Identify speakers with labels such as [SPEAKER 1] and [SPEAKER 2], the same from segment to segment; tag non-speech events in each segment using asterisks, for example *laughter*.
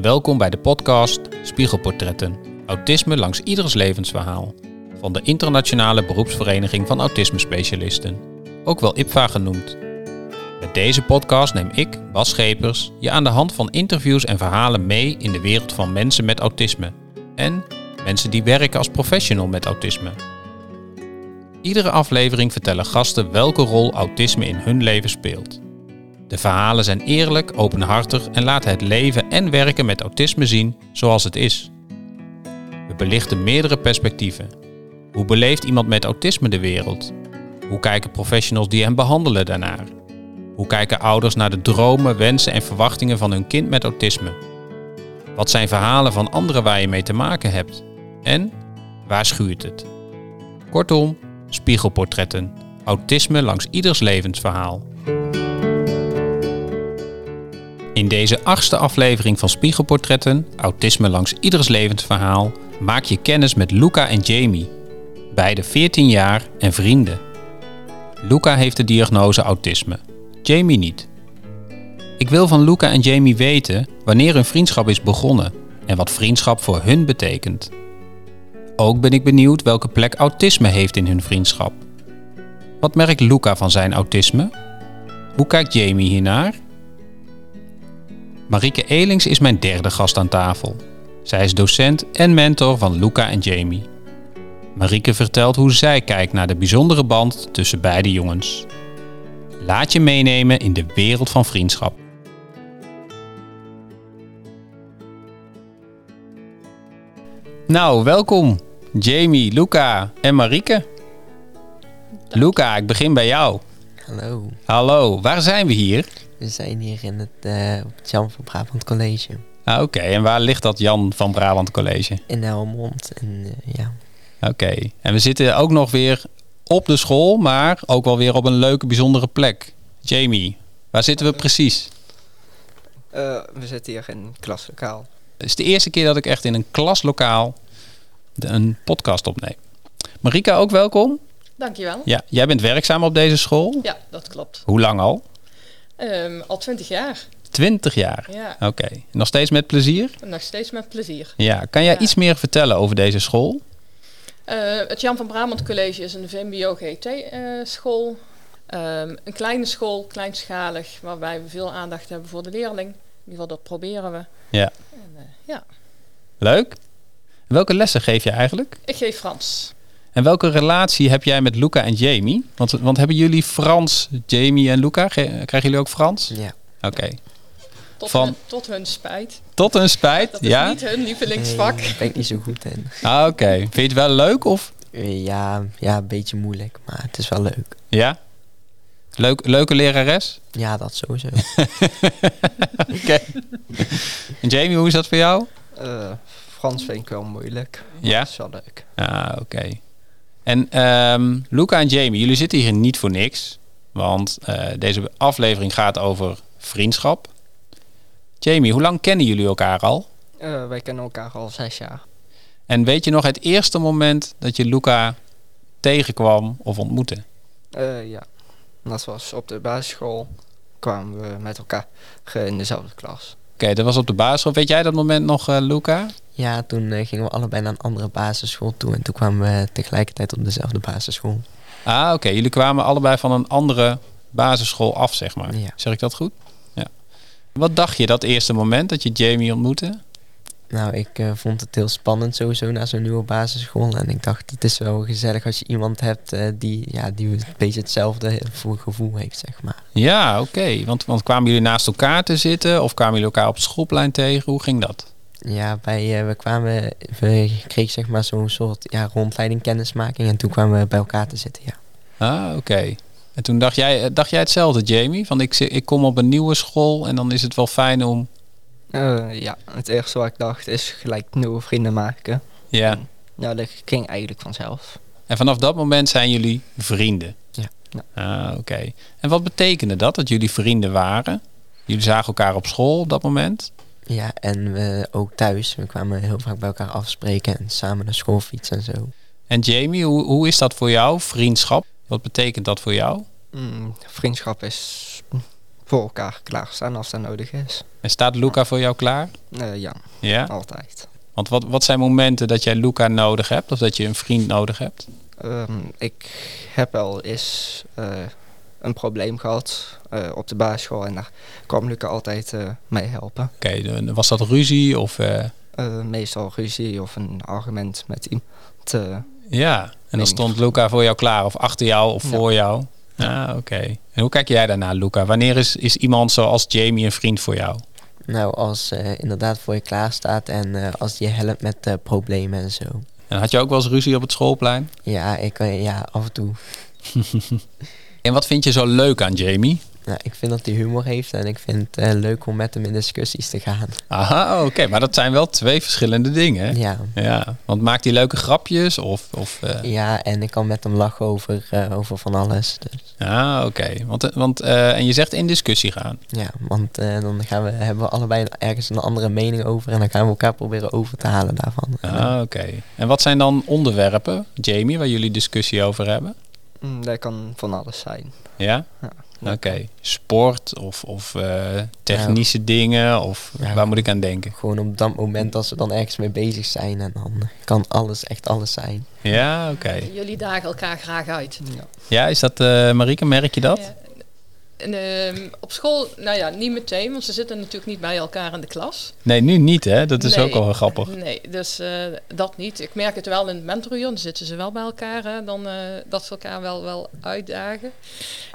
[SPEAKER 1] welkom bij de podcast Spiegelportretten. Autisme langs ieders levensverhaal. Van de Internationale Beroepsvereniging van Autisme Specialisten. Ook wel IPVA genoemd. Met deze podcast neem ik, Bas Schepers, je aan de hand van interviews en verhalen mee in de wereld van mensen met autisme. En mensen die werken als professional met autisme. Iedere aflevering vertellen gasten welke rol autisme in hun leven speelt. De verhalen zijn eerlijk, openhartig en laten het leven en werken met autisme zien zoals het is. We belichten meerdere perspectieven. Hoe beleeft iemand met autisme de wereld? Hoe kijken professionals die hem behandelen daarnaar? Hoe kijken ouders naar de dromen, wensen en verwachtingen van hun kind met autisme? Wat zijn verhalen van anderen waar je mee te maken hebt? En waar schuurt het? Kortom, spiegelportretten. Autisme langs ieders levensverhaal. In deze achtste aflevering van Spiegelportretten, Autisme langs ieders levensverhaal, maak je kennis met Luca en Jamie, beide 14 jaar en vrienden. Luca heeft de diagnose autisme, Jamie niet. Ik wil van Luca en Jamie weten wanneer hun vriendschap is begonnen en wat vriendschap voor hun betekent. Ook ben ik benieuwd welke plek autisme heeft in hun vriendschap. Wat merkt Luca van zijn autisme? Hoe kijkt Jamie hiernaar? Marieke Elings is mijn derde gast aan tafel. Zij is docent en mentor van Luca en Jamie. Marieke vertelt hoe zij kijkt naar de bijzondere band tussen beide jongens. Laat je meenemen in de wereld van vriendschap. Nou, welkom Jamie, Luca en Marieke. Luca, ik begin bij jou.
[SPEAKER 2] Hallo,
[SPEAKER 1] Hallo, waar zijn we hier?
[SPEAKER 2] we zijn hier in het, eh, op het Jan van Brabant College
[SPEAKER 1] Ah, Oké, en waar ligt dat Jan van Brabant College?
[SPEAKER 2] in Helmond. En eh, ja,
[SPEAKER 1] Oké, en we zitten ook nog weer op de school, maar ook wel weer op een leuke, bijzondere plek. Jamie, waar zitten we precies?
[SPEAKER 3] Eh, we zitten hier in een klaslokaal.
[SPEAKER 1] Het is de eerste keer dat ik echt in een klaslokaal de- een podcast opneem. Marika, ook welkom.
[SPEAKER 4] Dankjewel.
[SPEAKER 1] Ja, jij bent werkzaam op deze school.
[SPEAKER 4] Ja, dat klopt.
[SPEAKER 1] Hoe lang al?
[SPEAKER 4] Ehm, al twintig jaar.
[SPEAKER 1] Twintig jaar.
[SPEAKER 4] Ja,
[SPEAKER 1] Oké, nog steeds met plezier?
[SPEAKER 4] nog steeds met plezier.
[SPEAKER 1] Ja, kan jij
[SPEAKER 4] Ja.
[SPEAKER 1] iets meer vertellen over deze school?
[SPEAKER 4] Eh, het Jan van Brabant College is een VMBO-GT-school. eh, Ehm, een kleine school, kleinschalig, waarbij we veel aandacht hebben voor de leerling. In ieder geval dat proberen we.
[SPEAKER 1] Ja.
[SPEAKER 4] En, eh, ja.
[SPEAKER 1] Leuk. Welke lessen geef je eigenlijk?
[SPEAKER 4] Ik geef Frans.
[SPEAKER 1] En welke relatie heb jij met Luca en Jamie? Want, want hebben jullie Frans, Jamie en Luca? Ge- Krijgen jullie ook Frans?
[SPEAKER 2] ja.
[SPEAKER 1] Oké.
[SPEAKER 4] Tot,
[SPEAKER 1] Van-
[SPEAKER 4] hun, tot hun spijt.
[SPEAKER 1] Tot een spijt,
[SPEAKER 4] Dat is
[SPEAKER 1] ja?
[SPEAKER 4] niet hun lievelingsvak.
[SPEAKER 2] Nee, daar Eh, ben ik niet zo goed in.
[SPEAKER 1] Ah, Oké. Vind je het wel leuk of?
[SPEAKER 2] Eh, ja, ja, een beetje moeilijk, maar het is wel leuk.
[SPEAKER 1] Ja? Leuk, leuke lerares?
[SPEAKER 2] Ja, dat sowieso.
[SPEAKER 1] Oké. en Jamie, hoe is dat voor jou?
[SPEAKER 3] Eh, Frans vind ik wel moeilijk. maar
[SPEAKER 1] Ja?
[SPEAKER 3] Het is wel leuk.
[SPEAKER 1] Ah, oké. En ehm, Luca en Jamie, jullie zitten hier niet voor niks. Want eh, deze aflevering gaat over vriendschap. Jamie, hoe lang kennen jullie elkaar al?
[SPEAKER 3] Eh, wij kennen elkaar al zes jaar.
[SPEAKER 1] En weet je nog het eerste moment dat je Luca tegenkwam of ontmoette?
[SPEAKER 3] Eh, ja. Dat was op de basisschool. Kwamen we met elkaar eh, in dezelfde klas.
[SPEAKER 1] Oké, dat was op de basisschool. Weet jij dat moment nog, eh, Luca?
[SPEAKER 2] ja, toen eh, gingen we allebei naar een andere basisschool toe. En toen kwamen we tegelijkertijd op dezelfde basisschool.
[SPEAKER 1] Ah, oké. Jullie kwamen allebei van een andere basisschool af, zeg maar.
[SPEAKER 2] Ja.
[SPEAKER 1] Zeg ik dat goed? Ja. Wat dacht je dat eerste moment dat je Jamie ontmoette?
[SPEAKER 2] Nou, ik eh, vond het heel spannend sowieso naar zo'n nieuwe basisschool. En ik dacht, het is wel gezellig als je iemand hebt eh, die, ja, die een beetje hetzelfde voor gevoel heeft, zeg maar.
[SPEAKER 1] Ja, oké. Want, want kwamen jullie naast elkaar te zitten of kwamen jullie elkaar op de schoolplein tegen? Hoe ging dat?
[SPEAKER 2] Ja, wij, eh, we kwamen, we kregen zeg maar zo'n soort ja, rondleiding kennismaking en toen kwamen we bij elkaar te zitten, ja.
[SPEAKER 1] Ah, oké. En toen dacht jij, eh, dacht jij hetzelfde, Jamie? Van ik, zi- ik kom op een nieuwe school en dan is het wel fijn om...
[SPEAKER 3] Eh, ja, het eerste wat ik dacht is gelijk nieuwe vrienden maken.
[SPEAKER 1] Ja.
[SPEAKER 3] Nou, dat ging eigenlijk vanzelf.
[SPEAKER 1] En vanaf dat moment zijn jullie vrienden.
[SPEAKER 2] Ja.
[SPEAKER 3] Ja.
[SPEAKER 1] Ah, oké. En wat betekende dat, dat jullie vrienden waren? Jullie zagen elkaar op school op dat moment.
[SPEAKER 2] Ja, en we ook thuis, we kwamen heel vaak bij elkaar afspreken en samen naar school fietsen en zo.
[SPEAKER 1] En Jamie, hoe, hoe is dat voor jou, vriendschap? Wat betekent dat voor jou?
[SPEAKER 3] Mm, vriendschap is voor elkaar klaarstaan als dat nodig is.
[SPEAKER 1] En staat Luca voor jou klaar?
[SPEAKER 3] Eh, ja,
[SPEAKER 1] Ja?
[SPEAKER 3] altijd.
[SPEAKER 1] Want wat, wat zijn momenten dat jij Luca nodig hebt of dat je een vriend nodig hebt?
[SPEAKER 3] Ehm, ik heb wel eens eh, een probleem gehad eh, op de basisschool en daar kwam Luca altijd eh, mee helpen.
[SPEAKER 1] Oké, dan was dat ruzie of... eh,
[SPEAKER 3] Eh, meestal ruzie of een argument met iemand. eh,
[SPEAKER 1] ja, en dan
[SPEAKER 3] Nee.
[SPEAKER 1] stond Luca voor jou klaar of achter jou of
[SPEAKER 3] Ja.
[SPEAKER 1] voor jou. Ah, oké. En hoe kijk jij daarna, Luca? Wanneer is, is iemand zoals Jamie een vriend voor jou?
[SPEAKER 2] Nou, als eh, inderdaad voor je klaar staat en eh, als die je helpt met eh, problemen en zo.
[SPEAKER 1] En had je ook wel eens ruzie op het schoolplein?
[SPEAKER 2] Ja, ik, eh, ja, af en toe.
[SPEAKER 1] En wat vind je zo leuk aan Jamie?
[SPEAKER 2] Nou, ik vind dat hij humor heeft en ik vind het eh, leuk om met hem in discussies te gaan.
[SPEAKER 1] Aha, oké. Maar dat zijn wel twee verschillende dingen. hè?
[SPEAKER 2] Ja.
[SPEAKER 1] Ja, want maakt hij leuke grapjes of... of eh,
[SPEAKER 2] ja, en ik kan met hem lachen over, eh, over van alles. Dus,
[SPEAKER 1] Ah, oké. Want, eh, want, eh, en je zegt in discussie gaan.
[SPEAKER 2] ja, want eh, dan gaan we, hebben we allebei ergens een andere mening over en dan gaan we elkaar proberen over te halen daarvan.
[SPEAKER 1] Ah, oké. En wat zijn dan onderwerpen, Jamie, waar jullie discussie over hebben?
[SPEAKER 3] mm, dat kan van alles zijn.
[SPEAKER 1] Ja?
[SPEAKER 3] Ja.
[SPEAKER 1] Oké. Sport of, of eh, technische dingen of
[SPEAKER 2] Ja.
[SPEAKER 1] waar moet ik aan denken?
[SPEAKER 2] Gewoon op dat moment als we dan ergens mee bezig zijn en dan kan alles, echt alles zijn.
[SPEAKER 1] Ja, oké.
[SPEAKER 4] Jullie dagen elkaar graag uit.
[SPEAKER 3] Ja.
[SPEAKER 1] Ja, is dat, eh Marieke, merk je dat?
[SPEAKER 4] Ja. En, ehm, op school, nou ja, niet meteen, want ze zitten natuurlijk niet bij elkaar in de klas.
[SPEAKER 1] Nee, nu niet, hè? Dat is
[SPEAKER 4] Nee.
[SPEAKER 1] ook al wel grappig.
[SPEAKER 4] Nee, dus eh, dat niet. Ik merk het wel in het mentoruur, dan zitten ze wel bij elkaar, hè, dan, eh, dat ze elkaar wel, wel uitdagen.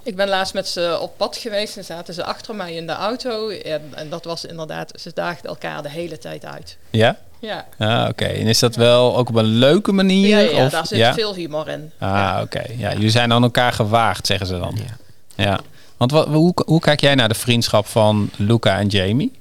[SPEAKER 4] Ik ben laatst met ze op pad geweest en zaten ze achter mij in de auto. En, en dat was inderdaad, ze daagden elkaar de hele tijd uit.
[SPEAKER 1] Ja?
[SPEAKER 4] Ja,
[SPEAKER 1] Ah, oké. En is dat wel ook op een leuke manier?
[SPEAKER 4] ja, ja,
[SPEAKER 1] of,
[SPEAKER 4] daar zit
[SPEAKER 1] ja?
[SPEAKER 4] veel humor in.
[SPEAKER 1] Ah, oké. Ja, jullie zijn aan elkaar gewaagd, zeggen ze dan.
[SPEAKER 2] Ja.
[SPEAKER 1] Ja. Want wat, hoe, hoe kijk jij naar de vriendschap van Luca en Jamie?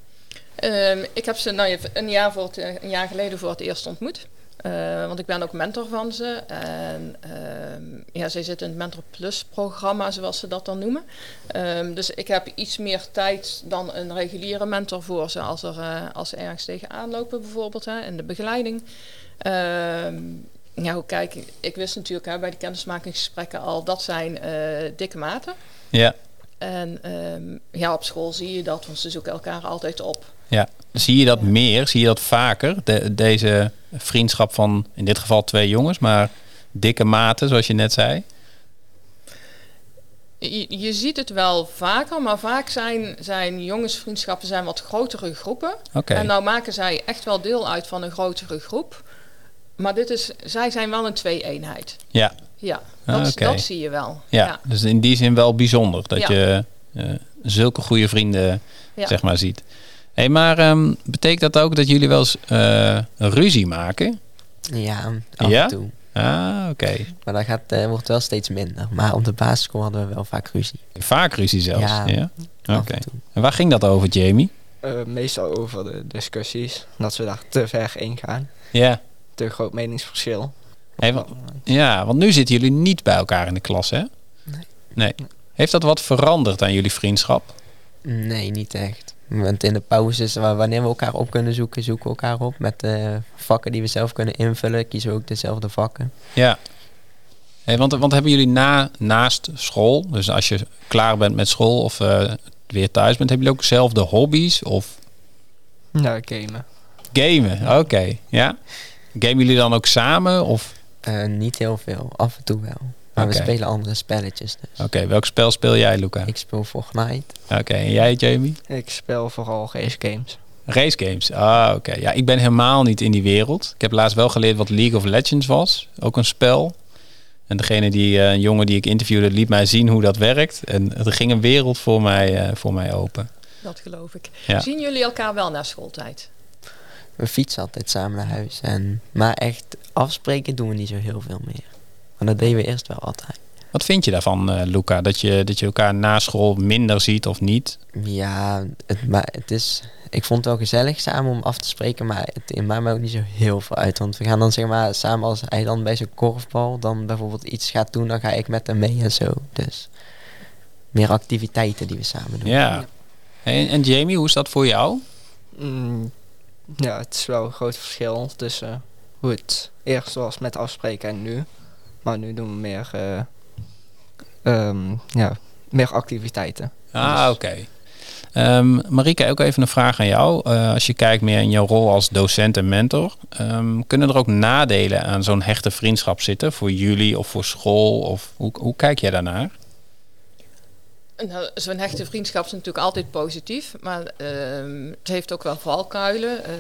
[SPEAKER 4] Ehm, ik heb ze nou, een, jaar voor het, een jaar geleden voor het eerst ontmoet. Eh, want ik ben ook mentor van ze. En ehm, ja, zij zitten in het Mentor Plus programma, zoals ze dat dan noemen. Ehm, dus ik heb iets meer tijd dan een reguliere mentor voor ze als, er, eh, als ze ergens tegenaan lopen, bijvoorbeeld, hè, in de begeleiding. Ehm ja, hoe kijk, ik- ik wist natuurlijk hè, bij de kennismakingsgesprekken al, dat zijn eh, dikke maten.
[SPEAKER 1] Ja.
[SPEAKER 4] En ehm, ja, op school zie je dat, want ze zoeken elkaar altijd op.
[SPEAKER 1] ja. Zie je dat
[SPEAKER 4] Ja.
[SPEAKER 1] meer? Zie je dat vaker? De- deze vriendschap van in dit geval twee jongens, maar dikke maten, zoals je net zei.
[SPEAKER 4] Je, je ziet het wel vaker, maar vaak zijn, zijn jongensvriendschappen zijn wat grotere groepen.
[SPEAKER 1] Oké.
[SPEAKER 4] En nou maken zij echt wel deel uit van een grotere groep. Maar dit is, zij zijn wel een twee-eenheid.
[SPEAKER 1] Ja.
[SPEAKER 4] Ja, dat,
[SPEAKER 1] Ah, oké.
[SPEAKER 4] dat zie je wel.
[SPEAKER 1] Ja, dus in die zin wel bijzonder dat
[SPEAKER 4] Ja.
[SPEAKER 1] je eh, zulke goede vrienden
[SPEAKER 4] Ja.
[SPEAKER 1] zeg maar ziet. hey, maar ehm, betekent dat ook dat jullie wel eens eh, ruzie maken?
[SPEAKER 2] Ja, af
[SPEAKER 1] Ja?
[SPEAKER 2] en toe.
[SPEAKER 1] Ah, oké.
[SPEAKER 2] Maar dat gaat, eh, wordt wel steeds minder. Maar op de basisschool hadden we wel vaak ruzie.
[SPEAKER 1] Vaak ruzie zelfs. Ja.
[SPEAKER 2] Ja.
[SPEAKER 1] Oké.
[SPEAKER 2] Af en toe.
[SPEAKER 1] En waar ging dat over, Jamie?
[SPEAKER 3] Eh, meestal over de discussies, dat ze daar te ver in gaan.
[SPEAKER 1] Ja.
[SPEAKER 3] Te groot meningsverschil.
[SPEAKER 1] Hey, wa- ja, want nu zitten jullie niet bij elkaar in de klas, hè?
[SPEAKER 2] Nee.
[SPEAKER 1] Nee. Heeft dat wat veranderd aan jullie vriendschap?
[SPEAKER 2] Nee, niet echt. Want in de pauzes, wa- wanneer we elkaar op kunnen zoeken, zoeken we elkaar op. Met de vakken die we zelf kunnen invullen, kiezen we ook dezelfde vakken.
[SPEAKER 1] Ja. Hey, want, want hebben jullie na, naast school, dus als je klaar bent met school of eh, weer thuis bent, hebben jullie ook zelf de hobby's of
[SPEAKER 3] Ja, gamen.
[SPEAKER 1] gamen? Oké, ja. Gamen jullie dan ook samen of?
[SPEAKER 2] Eh, niet heel veel, af en toe wel. Maar we
[SPEAKER 1] Oké.
[SPEAKER 2] spelen andere spelletjes. Dus.
[SPEAKER 1] Oké, welk spel speel jij, Luca?
[SPEAKER 2] Ik speel Fortnite.
[SPEAKER 1] Oké, en jij, Jamie?
[SPEAKER 3] Ik speel vooral race games.
[SPEAKER 1] Race games. Ah, oké. Ja, ik ben helemaal niet in die wereld. Ik heb laatst wel geleerd wat League of Legends was. Ook een spel. En degene die, eh, een jongen die ik interviewde, liet mij zien hoe dat werkt. En er ging een wereld voor mij, eh, voor mij open.
[SPEAKER 4] Dat geloof ik.
[SPEAKER 1] Ja.
[SPEAKER 4] Zien jullie elkaar wel na schooltijd?
[SPEAKER 2] We fietsen altijd samen naar huis. En, maar echt afspreken doen we niet zo heel veel meer. Maar dat deden we eerst wel altijd.
[SPEAKER 1] Wat vind je daarvan, eh, Luca? Dat je, dat je elkaar na school minder ziet of niet?
[SPEAKER 2] Ja, het, maar het is... Ik vond het wel gezellig samen om af te spreken, maar het maakt me ook niet zo heel veel uit. Want we gaan dan zeg maar samen als hij dan bij zijn korfbal dan bijvoorbeeld iets gaat doen, dan ga ik met hem mee en zo. Dus meer activiteiten die we samen doen.
[SPEAKER 1] Ja. En, en Jamie, hoe is dat voor jou?
[SPEAKER 3] Mm, ja, het is wel een groot verschil tussen hoe het eerst was met afspreken en nu. Maar nu doen we meer, eh, ehm, ja, meer activiteiten.
[SPEAKER 1] Ah, oké. Ehm Marike, ook even een vraag aan jou. Eh, als je kijkt meer in jouw rol als docent en mentor, ehm, kunnen er ook nadelen aan zo'n hechte vriendschap zitten voor jullie of voor school? Of hoe, hoe kijk jij daarnaar?
[SPEAKER 4] Nou, Zo'n hechte vriendschap is natuurlijk altijd positief, maar ehm, het heeft ook wel valkuilen. Eh,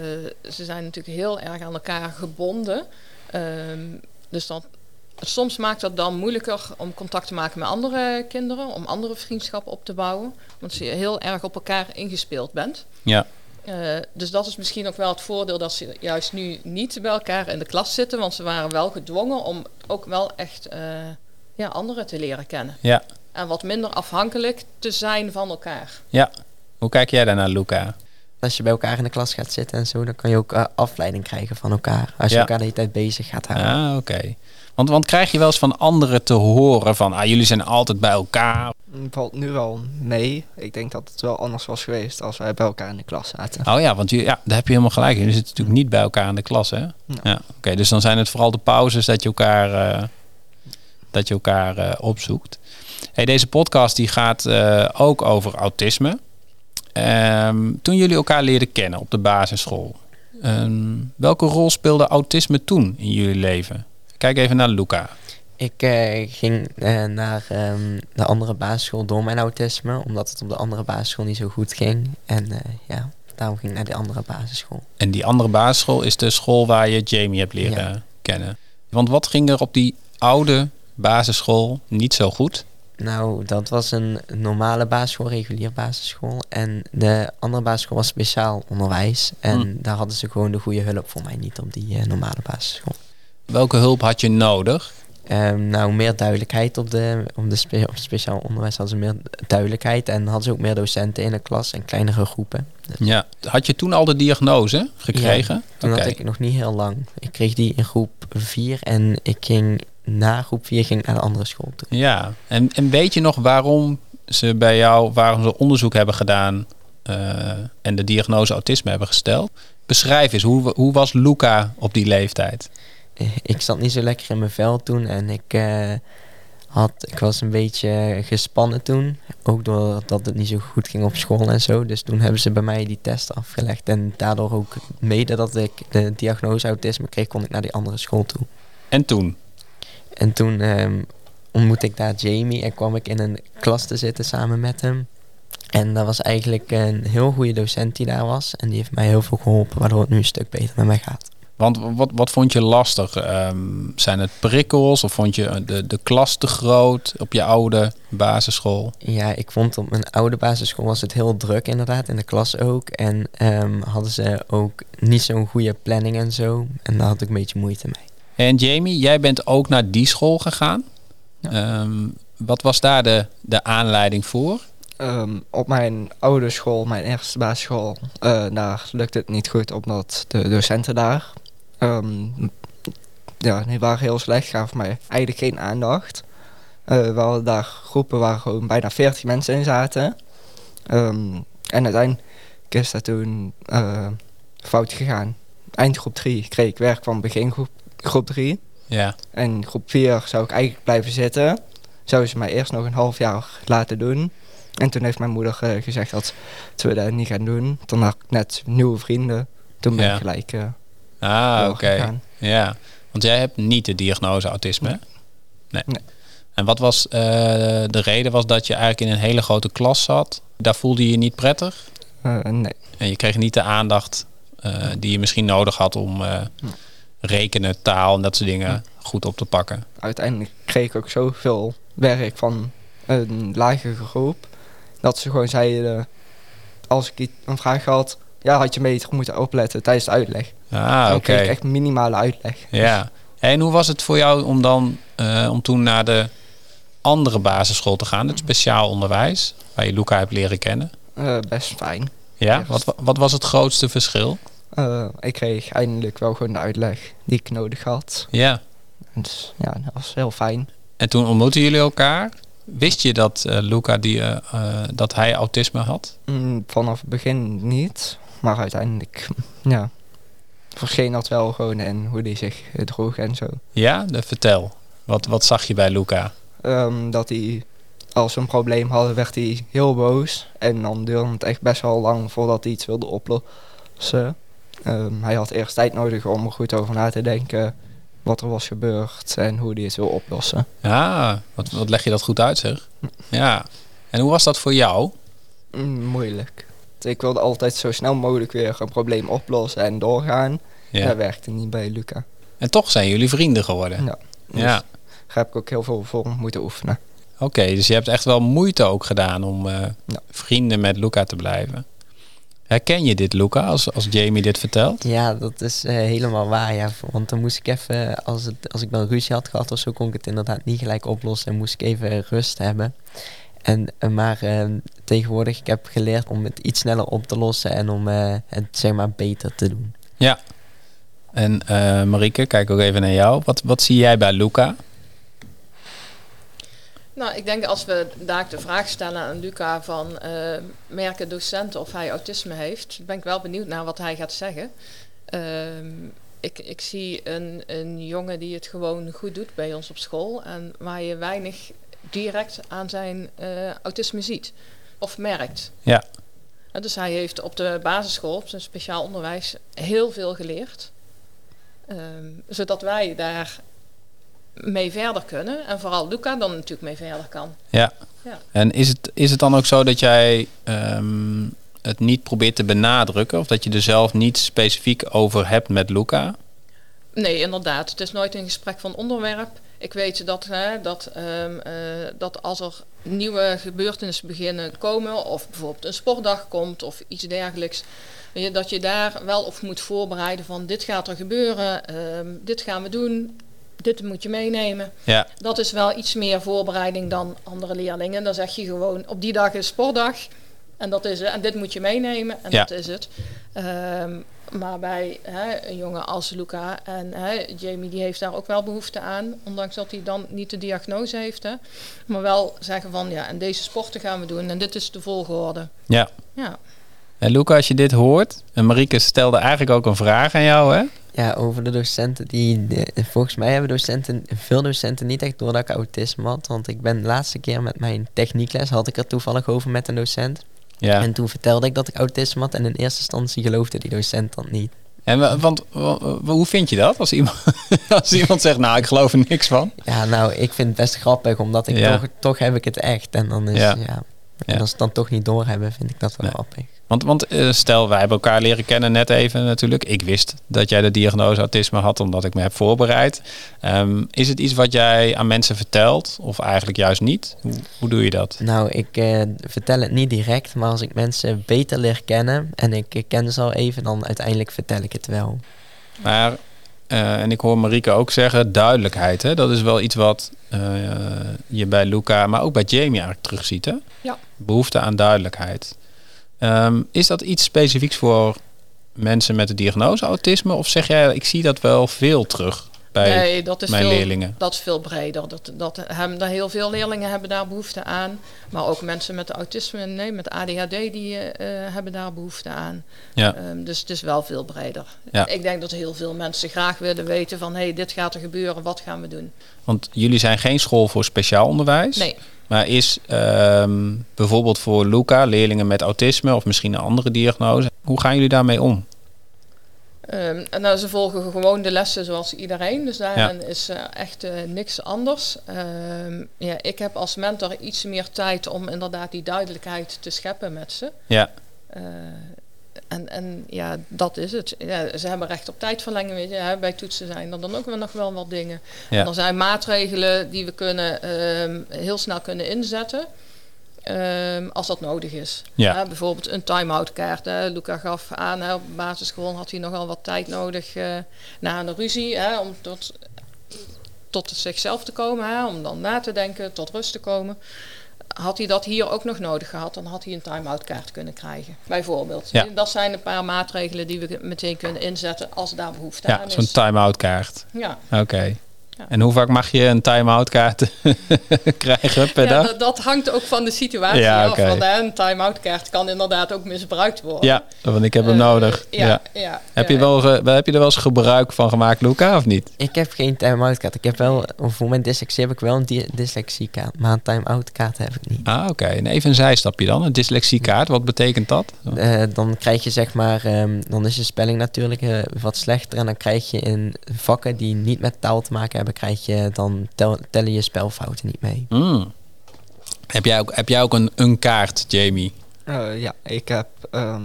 [SPEAKER 4] ze zijn natuurlijk heel erg aan elkaar gebonden. Ehm, dus dan, soms maakt dat dan moeilijker om contact te maken met andere kinderen, om andere vriendschappen op te bouwen, omdat je heel erg op elkaar ingespeeld bent.
[SPEAKER 1] Ja.
[SPEAKER 4] Eh, dus dat is misschien ook wel het voordeel dat ze juist nu niet bij elkaar in de klas zitten, want ze waren wel gedwongen om ook wel echt eh, ja, anderen te leren kennen.
[SPEAKER 1] Ja.
[SPEAKER 4] En wat minder afhankelijk te zijn van elkaar.
[SPEAKER 1] Hoe kijk jij daarnaar, Luca?
[SPEAKER 2] Als je bij elkaar in de klas gaat zitten en zo, dan kan je ook eh, afleiding krijgen van elkaar. Als je
[SPEAKER 1] Ja.
[SPEAKER 2] elkaar de hele tijd bezig gaat houden.
[SPEAKER 1] Ah, oké. Want, want krijg je wel eens van anderen te horen van, ah, jullie zijn altijd bij elkaar.
[SPEAKER 3] Mm, Valt nu wel mee. Ik denk dat het wel anders was geweest als wij bij elkaar in de klas zaten.
[SPEAKER 1] Oh ja, want jullie, ja, daar heb je helemaal gelijk. in. Jullie zitten natuurlijk niet bij elkaar in de klas, hè?
[SPEAKER 3] Nou.
[SPEAKER 1] Ja, oké. dus dan zijn het vooral de pauzes dat je elkaar, eh, dat je elkaar eh, opzoekt. Hey, deze podcast die gaat eh, ook over autisme. Ehm, toen jullie elkaar leerden kennen op de basisschool, ehm, welke rol speelde autisme toen in jullie leven? Kijk even naar Luca.
[SPEAKER 2] Ik eh, ging eh, naar ehm, de andere basisschool door mijn autisme, omdat het op de andere basisschool niet zo goed ging. En eh, ja, daarom ging ik naar de andere basisschool.
[SPEAKER 1] En die andere basisschool is de school waar je Jamie hebt leren kennen. Want wat ging er op die oude basisschool niet zo goed?
[SPEAKER 2] Nou, dat was een normale basisschool, regulier basisschool. En de andere basisschool was speciaal onderwijs. En daar hadden ze gewoon de goede hulp voor mij niet op die eh, normale basisschool.
[SPEAKER 1] Welke hulp had je nodig?
[SPEAKER 2] Ehm, nou, meer duidelijkheid op de, op de spe- op het speciaal onderwijs hadden ze meer duidelijkheid. En hadden ze ook meer docenten in de klas en kleinere groepen.
[SPEAKER 1] Ja. Had je toen al de diagnose gekregen?
[SPEAKER 2] Toen
[SPEAKER 1] Oké.
[SPEAKER 2] had ik nog niet heel lang. Ik kreeg die in groep 4 en ik ging na groep 4 ging ik naar de andere school toe.
[SPEAKER 1] Ja. En, en weet je nog waarom ze bij jou, waarom ze onderzoek hebben gedaan eh, en de diagnose autisme hebben gesteld? Beschrijf eens, hoe, hoe was Luca op die leeftijd?
[SPEAKER 2] Eh, Ik zat niet zo lekker in mijn vel toen en ik, eh, had, ik was een beetje gespannen toen. Ook doordat het niet zo goed ging op school en zo. Dus toen hebben ze bij mij die test afgelegd. En daardoor ook mede dat ik de diagnose autisme kreeg, kon ik naar die andere school toe.
[SPEAKER 1] En toen?
[SPEAKER 2] En toen ehm, ontmoette ik daar Jamie en kwam ik in een klas te zitten samen met hem. En dat was eigenlijk een heel goede docent die daar was. En die heeft mij heel veel geholpen, waardoor het nu een stuk beter met mij gaat.
[SPEAKER 1] Want wat, wat vond je lastig? Ehm, zijn het prikkels of vond je de, de klas te groot op je oude basisschool?
[SPEAKER 2] Ja, ik vond op mijn oude basisschool was het heel druk inderdaad, in de klas ook. En ehm, hadden ze ook niet zo'n goede planning en zo. En daar had ik een beetje moeite mee.
[SPEAKER 1] En Jamie, jij bent ook naar die school gegaan.
[SPEAKER 3] Ja.
[SPEAKER 1] Ehm, wat was daar de, de aanleiding voor?
[SPEAKER 3] Ehm, op mijn oude school, mijn eerste basisschool, eh, daar lukte het niet goed omdat de docenten daar ehm, ja, die waren heel slecht, gaven mij eigenlijk geen aandacht. Eh we hadden daar groepen waar gewoon bijna 40 mensen in zaten. Ehm, en uiteindelijk is dat toen eh, fout gegaan. Eindgroep 3 kreeg ik werk van begingroep groep 3.
[SPEAKER 1] Ja.
[SPEAKER 3] En groep 4 zou ik eigenlijk blijven zitten. Zouden ze mij eerst nog een half jaar laten doen. En toen heeft mijn moeder eh, gezegd dat ze we dat niet gaan doen. Toen had ik net nieuwe vrienden. Toen ben
[SPEAKER 1] Ja.
[SPEAKER 3] ik gelijk eh
[SPEAKER 1] Ah, oké.
[SPEAKER 3] doorgegaan.
[SPEAKER 1] Ja, want jij hebt niet de diagnose autisme. hè? Nee.
[SPEAKER 3] Nee.
[SPEAKER 1] En wat was eh, de reden? Was dat je eigenlijk in een hele grote klas zat. Daar voelde je je niet prettig.
[SPEAKER 3] Eh, nee.
[SPEAKER 1] En je kreeg niet de aandacht eh, die je misschien nodig had om eh, rekenen, taal en dat soort dingen goed op te pakken.
[SPEAKER 3] Uiteindelijk kreeg ik ook zoveel werk van een lagere groep. Dat ze gewoon zeiden, als ik iets- een vraag had, ja, had je beter moeten opletten tijdens de uitleg.
[SPEAKER 1] Ah, oké.
[SPEAKER 3] Dan kreeg ik echt minimale uitleg.
[SPEAKER 1] Ja. En hoe was het voor jou om dan eh, om toen naar de andere basisschool te gaan, het speciaal onderwijs, waar je Luca hebt leren kennen?
[SPEAKER 3] Eh, best fijn.
[SPEAKER 1] Ja,
[SPEAKER 3] Ja,
[SPEAKER 1] wat, wa- wat was het grootste verschil?
[SPEAKER 3] Eh, ik kreeg eindelijk wel gewoon de uitleg die ik nodig had.
[SPEAKER 1] Ja.
[SPEAKER 3] Dus ja, dat was heel fijn.
[SPEAKER 1] En toen ontmoetten jullie elkaar. Wist je dat eh, Luca die, eh, eh, dat hij autisme had?
[SPEAKER 3] Mm, vanaf het begin niet, maar uiteindelijk, *laughs* ja, verscheen dat wel gewoon en hoe die zich eh, droeg en zo.
[SPEAKER 1] Ja, de, vertel. Wat, wat zag je bij Luca?
[SPEAKER 3] Ehm, dat hij als we een probleem hadden, werd hij heel boos. En dan duurde het echt best wel lang voordat hij iets wilde oplossen. Ehm, hij had eerst tijd nodig om er goed over na te denken wat er was gebeurd en hoe hij het wil oplossen.
[SPEAKER 1] Ja, wat, wat leg je dat goed uit zeg. Ja. En hoe was dat voor jou?
[SPEAKER 3] Mm, moeilijk. Ik wilde altijd zo snel mogelijk weer een probleem oplossen en doorgaan. Dat
[SPEAKER 1] Ja.
[SPEAKER 3] werkte niet bij Luca.
[SPEAKER 1] En toch zijn jullie vrienden geworden.
[SPEAKER 3] Ja. Dus
[SPEAKER 1] Ja.
[SPEAKER 3] Daar heb ik ook heel veel voor moeten oefenen.
[SPEAKER 1] Oké, dus je hebt echt wel moeite ook gedaan om eh,
[SPEAKER 3] Ja.
[SPEAKER 1] vrienden met Luca te blijven. Herken je dit, Luca, als, als Jamie dit vertelt?
[SPEAKER 2] Ja, dat is eh, helemaal waar. Ja. Want dan moest ik even, als, het, als ik dan ruzie had gehad of zo, kon ik het inderdaad niet gelijk oplossen. En moest ik even rust hebben. En, eh, maar eh, tegenwoordig, ik heb geleerd om het iets sneller op te lossen en om eh, het zeg maar beter te doen.
[SPEAKER 1] En eh Marieke, kijk ook even naar jou. Wat, wat zie jij bij Luca?
[SPEAKER 4] Nou, ik denk als we daar de vraag stellen aan Luca van eh, merken docenten of hij autisme heeft, ben ik wel benieuwd naar wat hij gaat zeggen. Ehm, ik, ik zie een, een jongen die het gewoon goed doet bij ons op school en waar je weinig direct aan zijn eh, autisme ziet of merkt.
[SPEAKER 1] Ja.
[SPEAKER 4] En dus hij heeft op de basisschool, op zijn speciaal onderwijs, heel veel geleerd. Ehm, zodat wij daar mee verder kunnen. En vooral Luca dan natuurlijk mee verder kan.
[SPEAKER 1] En is het, is het dan ook zo dat jij ehm, het niet probeert te benadrukken? Of dat je er zelf niet specifiek over hebt met Luca?
[SPEAKER 4] Nee, inderdaad. Het is nooit een gesprek van onderwerp. Ik weet dat, hè, dat, ehm, eh, dat als er nieuwe gebeurtenissen beginnen komen, of bijvoorbeeld een sportdag komt of iets dergelijks, weet je, dat je daar wel op moet voorbereiden van dit gaat er gebeuren, ehm, dit gaan we doen, dit moet je meenemen.
[SPEAKER 1] Ja.
[SPEAKER 4] Dat is wel iets meer voorbereiding dan andere leerlingen. Dan zeg je gewoon, op die dag is sportdag en, dat is, het. en dit moet je meenemen en
[SPEAKER 1] Ja.
[SPEAKER 4] dat is het. Ehm, maar bij hè, een jongen als Luca en hè, Jamie, die heeft daar ook wel behoefte aan. Ondanks dat hij dan niet de diagnose heeft. Hè, maar wel zeggen van, ja, en deze sporten gaan we doen en dit is de volgorde.
[SPEAKER 1] Ja.
[SPEAKER 4] Ja,
[SPEAKER 1] En Luca, als je dit hoort... En Marieke stelde eigenlijk ook een vraag aan jou, hè?
[SPEAKER 2] Ja, over de docenten die. de- volgens mij hebben docenten, veel docenten niet echt door dat ik autisme had. Want ik ben de laatste keer met mijn techniekles had ik er toevallig over met een docent.
[SPEAKER 1] Ja.
[SPEAKER 2] En toen vertelde ik dat ik autisme had. En in eerste instantie geloofde die docent dat niet.
[SPEAKER 1] En wa- want, wa- wa- hoe vind je dat als iemand, *laughs* als iemand zegt, nou, ik geloof er niks van?
[SPEAKER 2] Ja, nou, ik vind het best grappig, omdat ik
[SPEAKER 1] Ja.
[SPEAKER 2] toch, toch heb ik het echt. En dan is
[SPEAKER 1] Ja.
[SPEAKER 2] ja. En
[SPEAKER 1] Ja.
[SPEAKER 2] als ze het dan toch niet doorhebben, vind ik dat
[SPEAKER 1] Nee.
[SPEAKER 2] wel grappig.
[SPEAKER 1] Want, want eh, stel, wij hebben elkaar leren kennen net even natuurlijk. Ik wist dat jij de diagnose autisme had, omdat ik me heb voorbereid. Ehm, is het iets wat jij aan mensen vertelt, of eigenlijk juist niet? Hoe, hoe doe je dat?
[SPEAKER 2] Nou, ik eh, vertel het niet direct, maar als ik mensen beter leer kennen en ik eh, ken ze al even, dan uiteindelijk vertel ik het wel.
[SPEAKER 1] Maar, eh, en ik hoor Marieke ook zeggen, duidelijkheid. Hè? Dat is wel iets wat eh, je bij Luca, maar ook bij Jamie eigenlijk terugziet. Hè?
[SPEAKER 4] Ja.
[SPEAKER 1] Behoefte aan duidelijkheid. Ehm, is dat iets specifieks voor mensen met de diagnose autisme? Of zeg jij, ik zie dat wel veel terug bij
[SPEAKER 4] nee, dat is
[SPEAKER 1] mijn
[SPEAKER 4] veel,
[SPEAKER 1] leerlingen?
[SPEAKER 4] dat is veel breder. Dat, dat hem, daar heel veel leerlingen hebben daar behoefte aan. Maar ook mensen met autisme, nee, met ADHD, die eh, eh, hebben daar behoefte aan.
[SPEAKER 1] Ja.
[SPEAKER 4] Ehm, dus het is wel veel breder.
[SPEAKER 1] Ja.
[SPEAKER 4] Ik denk dat heel veel mensen graag willen weten van... hé, hey, dit gaat er gebeuren, wat gaan we doen?
[SPEAKER 1] Want jullie zijn geen school voor speciaal onderwijs.
[SPEAKER 4] Nee,
[SPEAKER 1] Maar is ehm, bijvoorbeeld voor Luca, leerlingen met autisme of misschien een andere diagnose, hoe gaan jullie daarmee om?
[SPEAKER 4] Ehm, en nou, ze volgen gewoon de lessen zoals iedereen. Dus daarin is eh, echt eh, niks anders. Ehm, ja, ik heb als mentor iets meer tijd om inderdaad die duidelijkheid te scheppen met ze.
[SPEAKER 1] Ja.
[SPEAKER 4] Eh, en, en ja, dat is het. Ja, ze hebben recht op tijdverlenging. Weet je, hè. Bij toetsen zijn er dan ook wel nog wel wat dingen.
[SPEAKER 1] Ja.
[SPEAKER 4] En er zijn maatregelen die we kunnen, ehm, heel snel kunnen inzetten. ehm, als dat nodig is.
[SPEAKER 1] Ja.
[SPEAKER 4] Hè, bijvoorbeeld een time-out kaart. Hè. Luca gaf aan, hè, op basisschool had hij nogal wat tijd nodig eh, na een ruzie. Hè, om tot, tot zichzelf te komen. Hè, om dan na te denken, tot rust te komen. Had hij dat hier ook nog nodig gehad, dan had hij een time-out kaart kunnen krijgen. Bijvoorbeeld.
[SPEAKER 1] Ja.
[SPEAKER 4] Dat zijn een paar maatregelen die we meteen kunnen inzetten als daar behoefte
[SPEAKER 1] Ja,
[SPEAKER 4] aan is.
[SPEAKER 1] zo'n time-out kaart.
[SPEAKER 4] ja.
[SPEAKER 1] Oké. En hoe vaak mag je een time-out kaart *laughs* krijgen per
[SPEAKER 4] Ja,
[SPEAKER 1] dag?
[SPEAKER 4] dat, dat hangt ook van de situatie
[SPEAKER 1] Ja,
[SPEAKER 4] af.
[SPEAKER 1] oké.
[SPEAKER 4] Want hè, een time-out kaart kan inderdaad ook misbruikt worden.
[SPEAKER 1] Ja, want ik heb hem
[SPEAKER 4] Eh,
[SPEAKER 1] nodig.
[SPEAKER 4] Ja,
[SPEAKER 1] ja.
[SPEAKER 4] ja,
[SPEAKER 1] Heb,
[SPEAKER 4] ja.
[SPEAKER 1] je wel ge- heb je er wel eens gebruik van gemaakt, Luca, of niet?
[SPEAKER 2] Ik heb geen time-out kaart. Ik heb wel, voor mijn dyslexie heb ik wel een di- dyslexie kaart. Maar een time-out kaart heb ik niet.
[SPEAKER 1] Ah, oké. En even een zijstapje dan. Een dyslexiekaart, wat betekent dat?
[SPEAKER 2] Eh, dan krijg je zeg maar, ehm, dan is je spelling natuurlijk eh, wat slechter. En dan krijg je in vakken die niet met taal te maken hebben, krijg je, dan tel- tellen je spelfouten niet mee.
[SPEAKER 1] Hmm. Heb jij ook, heb jij ook een, een kaart, Jamie?
[SPEAKER 3] Eh, ja, ik heb ehm,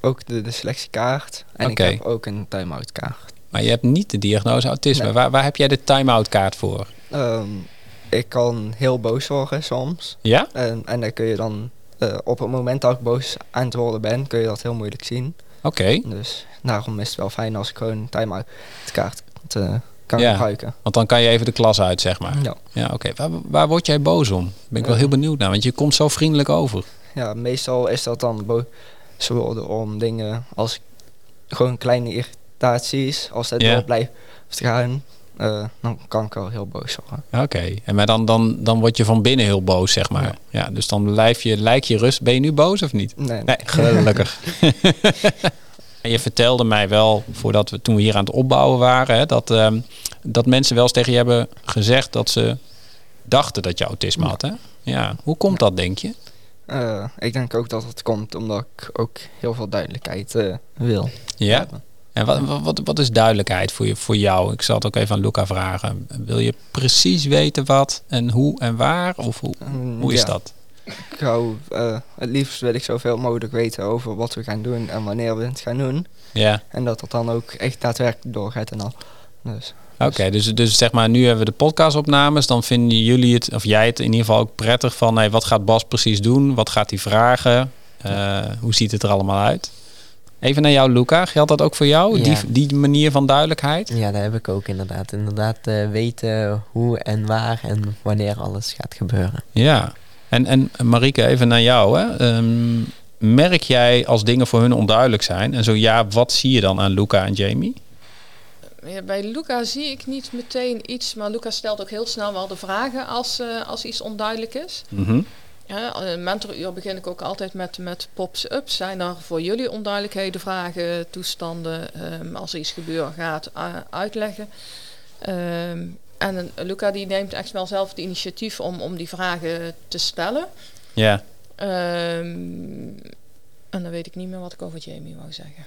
[SPEAKER 3] ook de, de selectiekaart. En
[SPEAKER 1] Oké.
[SPEAKER 3] ik heb ook een time-out kaart.
[SPEAKER 1] Maar je hebt niet de diagnose autisme.
[SPEAKER 3] Nee.
[SPEAKER 1] Waar, waar heb jij de time-out kaart voor?
[SPEAKER 3] Ehm, ik kan heel boos worden soms.
[SPEAKER 1] Ja?
[SPEAKER 3] En, en dan kun je dan, eh, op het moment dat ik boos aan het worden ben, kun je dat heel moeilijk zien.
[SPEAKER 1] Oké.
[SPEAKER 3] Dus daarom is het wel fijn als ik gewoon een time-out kaart eh, kan
[SPEAKER 1] Ja.
[SPEAKER 3] gebruiken.
[SPEAKER 1] Want dan kan je even de klas uit, zeg maar.
[SPEAKER 3] Ja.
[SPEAKER 1] Ja, oké. Waar, waar word jij boos om? Ben ik wel
[SPEAKER 3] Eh.
[SPEAKER 1] heel benieuwd naar, want je komt zo vriendelijk over.
[SPEAKER 3] ja, meestal is dat dan boos worden om dingen als gewoon kleine irritaties. Als dat
[SPEAKER 1] Ja.
[SPEAKER 3] door blijft gaan, eh, dan kan ik al heel boos worden.
[SPEAKER 1] Oké. En maar dan, dan, dan word je van binnen heel boos, zeg maar. Ja, dus dan blijf je, lijk je rust. Ben je nu boos of niet?
[SPEAKER 3] Nee,
[SPEAKER 1] Nee, gelukkig. En *laughs* je vertelde mij wel, voordat we, toen we hier aan het opbouwen waren, hè, dat, ehm, dat mensen wel eens tegen je hebben gezegd dat ze dachten dat je autisme had. Hè? Ja, hoe komt dat, denk je?
[SPEAKER 3] Eh, ik denk ook dat het komt omdat ik ook heel veel duidelijkheid eh, wil.
[SPEAKER 1] Ja.
[SPEAKER 3] hebben.
[SPEAKER 1] En wat, wat- wat, wat is duidelijkheid voor, je, voor jou? Ik zal het ook even aan Luca vragen. Wil je precies weten wat en hoe en waar? Of hoe,
[SPEAKER 3] Mm,
[SPEAKER 1] hoe is
[SPEAKER 3] ja.
[SPEAKER 1] dat?
[SPEAKER 3] Ik hou, eh, het liefst wil ik zoveel mogelijk weten over wat we gaan doen en wanneer we het gaan doen.
[SPEAKER 1] Ja,
[SPEAKER 3] En dat het dan ook echt daadwerkelijk doorgaat en al. Dus
[SPEAKER 1] oké. dus, dus zeg maar, nu hebben we de podcastopnames. Dan vinden jullie het, of jij het in ieder geval ook prettig van... Hey, wat gaat Bas precies doen? Wat gaat hij vragen? Eh, hoe ziet het er allemaal uit? Even naar jou, Luca. Geldt dat ook voor jou?
[SPEAKER 2] Ja.
[SPEAKER 1] Die, die manier van duidelijkheid?
[SPEAKER 2] Ja, dat heb ik ook inderdaad. Inderdaad eh, weten hoe en waar en wanneer alles gaat gebeuren.
[SPEAKER 1] Ja, en, en Marieke, even naar jou. Hè. Ehm, merk jij als dingen voor hun onduidelijk zijn? En zo ja, wat zie je dan aan Luca en Jamie?
[SPEAKER 4] Ja, bij Luca zie ik niet meteen iets, maar Luca stelt ook heel snel wel de vragen als, eh, als iets onduidelijk is.
[SPEAKER 1] Mhm.
[SPEAKER 4] Ja, al- een mentoruur begin ik ook altijd met, met pops-ups. Zijn er voor jullie onduidelijkheden, vragen, toestanden, ehm, als er iets gebeurt, gaat eh, uitleggen. Ehm, en een- Luca die neemt echt wel zelf het initiatief om, om die vragen te stellen.
[SPEAKER 1] Ja,
[SPEAKER 4] Ehm, en dan weet ik niet meer wat ik over Jamie wou zeggen.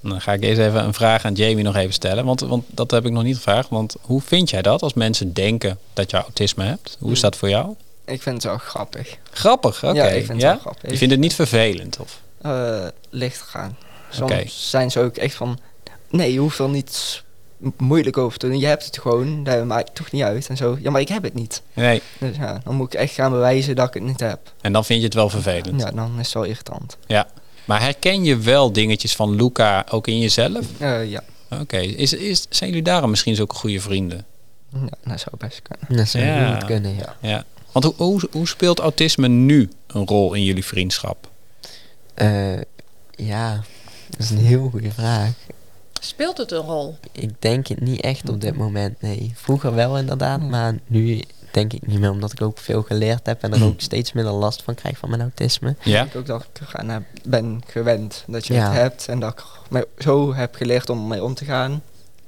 [SPEAKER 1] dan ga ik eerst even een vraag aan Jamie nog even stellen. Want, want dat heb ik nog niet gevraagd. Want hoe vind jij dat als mensen denken dat je autisme hebt? Hoe is dat voor jou?
[SPEAKER 3] ik vind het wel grappig.
[SPEAKER 1] Mhm. Grappig, oké.
[SPEAKER 3] Ja, ik vind
[SPEAKER 1] Ja?
[SPEAKER 3] het wel grappig.
[SPEAKER 1] Je vindt het niet vervelend? Of?
[SPEAKER 3] eh licht gaan. Soms
[SPEAKER 1] Oké.
[SPEAKER 3] zijn ze ook echt van... Nee, je hoeft er niet m- moeilijk over te doen. Je hebt het gewoon, dat maakt toch niet uit. En zo, ja, maar ik heb het niet.
[SPEAKER 1] Nee.
[SPEAKER 3] Dus ja, dan moet ik echt gaan bewijzen dat ik het niet heb.
[SPEAKER 1] En dan vind je het wel vervelend.
[SPEAKER 3] Ja, dan is het wel irritant.
[SPEAKER 1] Maar herken je wel dingetjes van Luca ook in jezelf?
[SPEAKER 3] Eh, ja.
[SPEAKER 1] Oké, is, is, zijn jullie daarom misschien zulke goede vrienden?
[SPEAKER 3] ja, dat zou best kunnen.
[SPEAKER 2] Dat zou
[SPEAKER 1] Ja.
[SPEAKER 2] goed kunnen, ja.
[SPEAKER 1] Ja. Want hoe, hoe, hoe speelt autisme nu een rol in jullie vriendschap?
[SPEAKER 2] Eh, ja, dat is een heel goede vraag.
[SPEAKER 4] Speelt het een rol?
[SPEAKER 2] Ik denk het niet echt op dit moment, nee. Vroeger wel inderdaad, maar nu denk ik niet meer. Omdat ik ook veel geleerd heb en er ook steeds minder last van krijg van mijn autisme.
[SPEAKER 1] Ja.
[SPEAKER 3] Ik ook dat ik eraan heb- ben gewend dat je
[SPEAKER 2] Ja.
[SPEAKER 3] het hebt. En dat ik er mee- zo heb geleerd om mee om te gaan.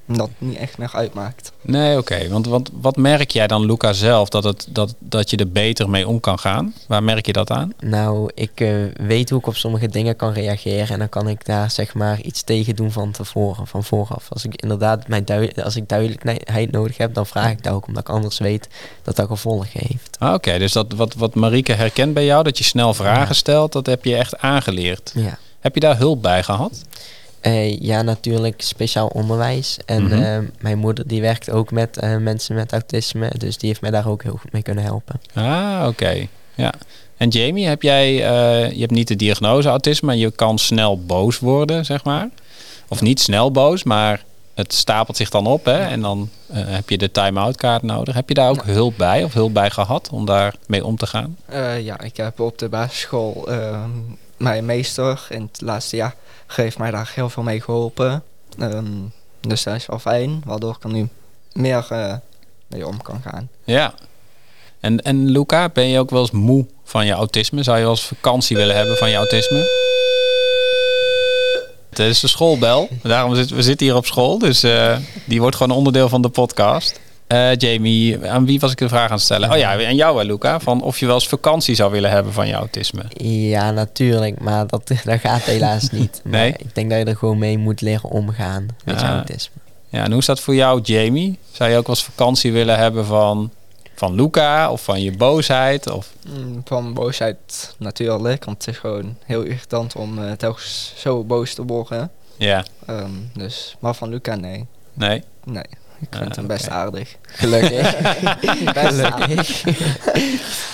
[SPEAKER 3] En dat het niet echt meer uitmaakt.
[SPEAKER 1] Nee, oké. Want, want wat merk jij dan, Luca, zelf dat, het, dat, dat je er beter mee om kan gaan? Waar merk je dat aan?
[SPEAKER 2] Nou, ik eh, weet hoe ik op sommige dingen kan reageren. En dan kan ik daar zeg maar iets tegen doen van tevoren, van vooraf. Als ik inderdaad mijn duid- als ik duidelijkheid nodig heb, dan vraag ik dat ook. Omdat ik anders weet dat dat gevolgen heeft.
[SPEAKER 1] Ah, oké, dus dat, wat, wat Marieke herkent bij jou, dat je snel vragen
[SPEAKER 2] Ja.
[SPEAKER 1] stelt, dat heb je echt aangeleerd.
[SPEAKER 2] Ja.
[SPEAKER 1] Heb je daar hulp bij gehad?
[SPEAKER 2] Eh, ja, natuurlijk speciaal onderwijs. En
[SPEAKER 1] Mhm.
[SPEAKER 2] eh, mijn moeder die werkt ook met eh, mensen met autisme. Dus die heeft mij daar ook heel goed mee kunnen helpen.
[SPEAKER 1] Ah, oké. Ja. En Jamie, heb jij, eh, je hebt niet de diagnose autisme, maar je kan snel boos worden, zeg maar. Of niet snel boos, maar het stapelt zich dan op, hè? En dan eh, heb je de time-out kaart nodig. Heb je daar ook hulp bij of hulp bij gehad om daar mee om te gaan?
[SPEAKER 3] Eh, ja, ik heb op de basisschool ehm, mijn meester in het laatste jaar heeft mij daar heel veel mee geholpen. Ehm, dus dat is wel fijn, waardoor ik er nu meer eh, mee om kan gaan.
[SPEAKER 1] Ja. En, en Luca, ben je ook wel eens moe van je autisme? Zou je wel eens vakantie willen hebben van je autisme? Het is de schoolbel. Daarom zit, we zitten hier op school. Dus eh, die wordt gewoon onderdeel van de podcast. Eh, Jamie, aan wie was ik de vraag aan het stellen? Oh ja, aan jou, hè, Luca. Van of je wel eens vakantie zou willen hebben van je autisme.
[SPEAKER 2] Ja, natuurlijk, maar dat, *laughs* dat gaat helaas niet. Maar
[SPEAKER 1] Nee?
[SPEAKER 2] ik denk dat je er gewoon mee moet leren omgaan met je
[SPEAKER 1] Ah.
[SPEAKER 2] autisme.
[SPEAKER 1] Ja, en hoe is dat voor jou, Jamie? Zou je ook wel eens vakantie willen hebben van, van Luca of van je boosheid? Of,
[SPEAKER 3] Mm, Van boosheid natuurlijk, want het is gewoon heel irritant om eh, telkens zo boos te worden.
[SPEAKER 1] ja,
[SPEAKER 3] Ehm, dus, maar van Luca, nee.
[SPEAKER 1] nee.
[SPEAKER 3] Nee, ik vind
[SPEAKER 1] Ah,
[SPEAKER 3] hem
[SPEAKER 1] oké.
[SPEAKER 3] best aardig.
[SPEAKER 1] *laughs*
[SPEAKER 3] *laughs*
[SPEAKER 2] Gelukkig. Best aardig.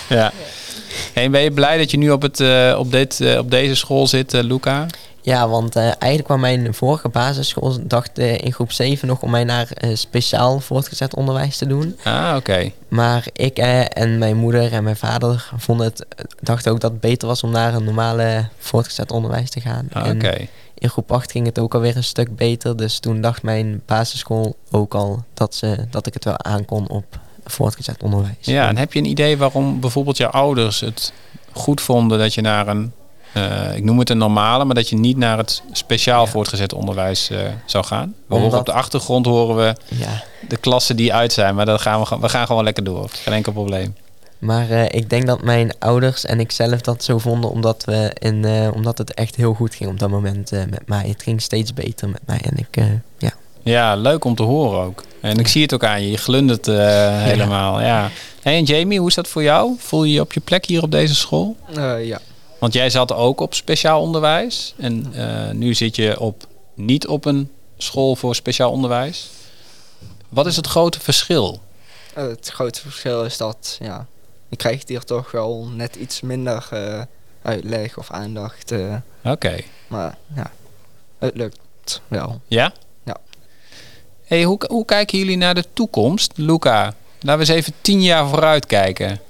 [SPEAKER 1] Ja. Hey, en ben je blij dat je nu op, het, eh, op, dit, eh, op deze school zit, eh, Luca?
[SPEAKER 2] Ja, want eh, eigenlijk kwam mijn vorige basisschool, dacht eh, in groep 7 nog om mij naar eh, speciaal voortgezet onderwijs te doen.
[SPEAKER 1] Ah, oké.
[SPEAKER 2] Maar ik eh, en mijn moeder en mijn vader vonden het, dachten ook dat het beter was om naar een normale voortgezet onderwijs te gaan.
[SPEAKER 1] Ah,
[SPEAKER 2] En
[SPEAKER 1] oké.
[SPEAKER 2] in groep 8 ging het ook alweer een stuk beter. Dus toen dacht mijn basisschool ook al dat, ze, dat ik het wel aankon op voortgezet onderwijs.
[SPEAKER 1] Ja, en heb je een idee waarom bijvoorbeeld jouw ouders het goed vonden dat je naar een, eh, ik noem het een normale, maar dat je niet naar het speciaal
[SPEAKER 2] Ja.
[SPEAKER 1] voortgezet onderwijs eh, zou gaan? We horen
[SPEAKER 2] Omdat-
[SPEAKER 1] op de achtergrond horen we
[SPEAKER 2] Ja.
[SPEAKER 1] de klassen die uit zijn, maar dat gaan we, gewoon- we gaan gewoon lekker door. Geen enkel probleem.
[SPEAKER 2] Maar eh, ik denk dat mijn ouders en ik zelf dat zo vonden omdat, we in, eh, omdat het echt heel goed ging op dat moment eh, met mij. Het ging steeds beter met mij en ik, eh, ja.
[SPEAKER 1] Ja, leuk om te horen ook. En ik zie het ook aan je, je glundert eh, helemaal. Ja. Hey, en Jamie, hoe is dat voor jou? Voel je je op je plek hier op deze school?
[SPEAKER 3] Eh, ja,
[SPEAKER 1] Want jij zat ook op speciaal onderwijs en eh, nu zit je op, niet op een school voor speciaal onderwijs. Wat is het grote verschil?
[SPEAKER 3] Eh, het grote verschil is dat ja, je krijgt hier toch wel net iets minder eh, uitleg of aandacht. eh,
[SPEAKER 1] Oké,
[SPEAKER 3] maar ja, het lukt wel.
[SPEAKER 1] ja?
[SPEAKER 3] Ja.
[SPEAKER 1] Hey, hoe, hoe kijken jullie naar de toekomst, Luca? Laten we eens even tien jaar vooruit kijken.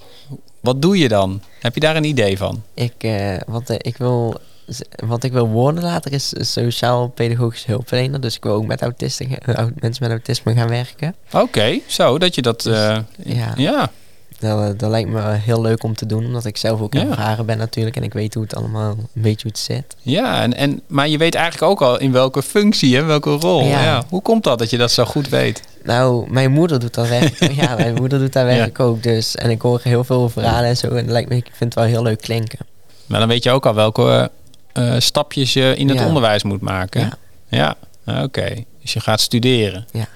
[SPEAKER 1] Wat doe je dan? Heb je daar een idee van?
[SPEAKER 2] Ik, eh, wat, eh, ik wil, z- wat ik wil worden later is sociaal-pedagogisch hulpverlener. Dus ik wil ook met autisten, ge- eh, au- mensen met autisme gaan werken.
[SPEAKER 1] Oké, zo dat je dat. eh,
[SPEAKER 2] Ja,
[SPEAKER 1] ja,
[SPEAKER 2] Dat, eh, dat lijkt me heel leuk om te doen. Omdat ik zelf ook
[SPEAKER 1] Ja.
[SPEAKER 2] ervaren ben natuurlijk. En ik weet hoe het allemaal, een beetje hoe het zit.
[SPEAKER 1] ja en, en, maar je weet eigenlijk ook al in welke functie en welke rol. Ja.
[SPEAKER 2] Ja.
[SPEAKER 1] Hoe komt dat dat je dat zo goed weet?
[SPEAKER 2] Nou, mijn moeder doet dat werk. ja, mijn moeder doet dat werk ook. Dus. En ik hoor heel veel verhalen en zo. En het lijkt me, ik vind het wel heel leuk klinken.
[SPEAKER 1] Maar dan weet je ook al welke eh, eh, stapjes je in het
[SPEAKER 2] Ja.
[SPEAKER 1] onderwijs moet maken. Ja,
[SPEAKER 2] Ja.
[SPEAKER 1] oké. Dus je gaat studeren.
[SPEAKER 2] Ja.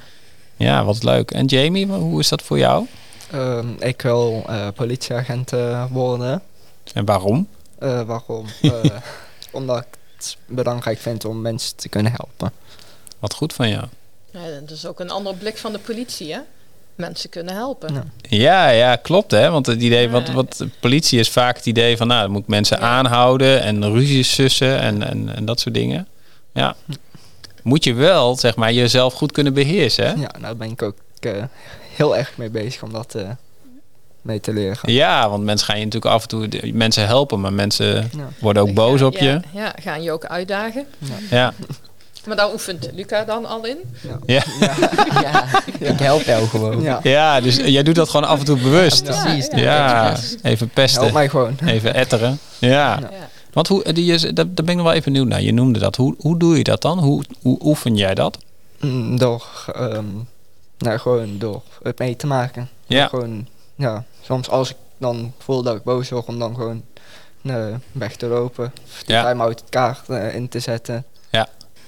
[SPEAKER 1] Ja, wat leuk. En Jamie, wa- hoe is dat voor jou?
[SPEAKER 3] Ehm, ik wil eh, politieagent eh, worden.
[SPEAKER 1] En waarom?
[SPEAKER 3] Eh, waarom? Eh, omdat ik het belangrijk vind om mensen te kunnen helpen.
[SPEAKER 1] Wat goed van jou.
[SPEAKER 4] Ja, dat is ook een andere blik van de politie, hè? Mensen kunnen helpen.
[SPEAKER 3] Ja.
[SPEAKER 1] Ja, ja, klopt hè. Want het idee,
[SPEAKER 4] Ja.
[SPEAKER 1] wat, wat de politie is vaak het idee van, nou, dan moet ik mensen
[SPEAKER 4] Ja.
[SPEAKER 1] aanhouden en ruzies sussen en, en, en dat soort dingen. Ja. Moet je wel, zeg maar, jezelf goed kunnen beheersen. Hè?
[SPEAKER 3] Ja, daar ben ik ook eh, heel erg mee bezig om dat eh, mee te leren.
[SPEAKER 1] Ja, want mensen gaan je natuurlijk af en toe de- mensen helpen, maar mensen
[SPEAKER 3] Ja.
[SPEAKER 1] worden ook boos op je.
[SPEAKER 4] Ja, ja, gaan je ook uitdagen.
[SPEAKER 1] Ja.
[SPEAKER 4] Maar daar oefent Luca dan al in.
[SPEAKER 1] ja.
[SPEAKER 2] ja, ik help jou gewoon.
[SPEAKER 3] Ja.
[SPEAKER 1] Ja, dus jij doet dat gewoon af en toe bewust.
[SPEAKER 4] Ja,
[SPEAKER 2] Precies.
[SPEAKER 1] Ja,
[SPEAKER 4] ja.
[SPEAKER 1] even
[SPEAKER 3] Help
[SPEAKER 1] pesten,
[SPEAKER 3] mij gewoon.
[SPEAKER 1] even etteren. Ja,
[SPEAKER 3] Ja.
[SPEAKER 4] Ja.
[SPEAKER 1] want hoe, die is, daar, daar ben ik nog wel even nieuw naar. Je noemde dat. Hoe, hoe doe je dat dan? Hoe, hoe oefen jij dat?
[SPEAKER 3] Mm, Door, ehm, nou, gewoon door het mee te maken.
[SPEAKER 1] Ja,
[SPEAKER 3] Gewoon, ja, soms als ik dan voel dat ik boos word, om dan gewoon eh, weg te lopen. Of de
[SPEAKER 1] Ja.
[SPEAKER 3] time uit elkaar eh, in te zetten.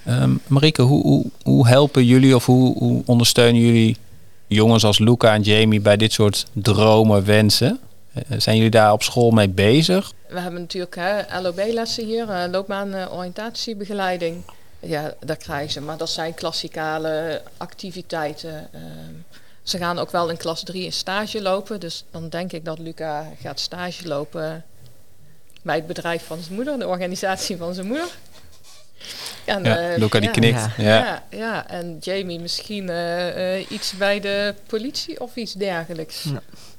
[SPEAKER 1] Ehm Marieke, hoe, hoe, hoe helpen jullie of hoe, hoe ondersteunen jullie jongens als Luca en Jamie bij dit soort dromen, wensen? Eh, Zijn jullie daar op school mee bezig?
[SPEAKER 4] We hebben natuurlijk hè, LOB-lessen hier, eh, loopbaan eh, oriëntatiebegeleiding. Ja, daar krijgen ze. Maar dat zijn klassikale activiteiten. ehm. ze gaan ook wel in klas 3 een stage lopen. Dus dan denk ik dat Luca gaat stage lopen bij het bedrijf van zijn moeder, de organisatie van zijn moeder. En,
[SPEAKER 1] Ja,
[SPEAKER 4] eh,
[SPEAKER 1] Luca die
[SPEAKER 4] ja.
[SPEAKER 1] knikt. Ja. Ja.
[SPEAKER 4] Ja, ja, en Jamie misschien eh, eh, iets bij de politie of iets
[SPEAKER 1] Hm.
[SPEAKER 4] dergelijks.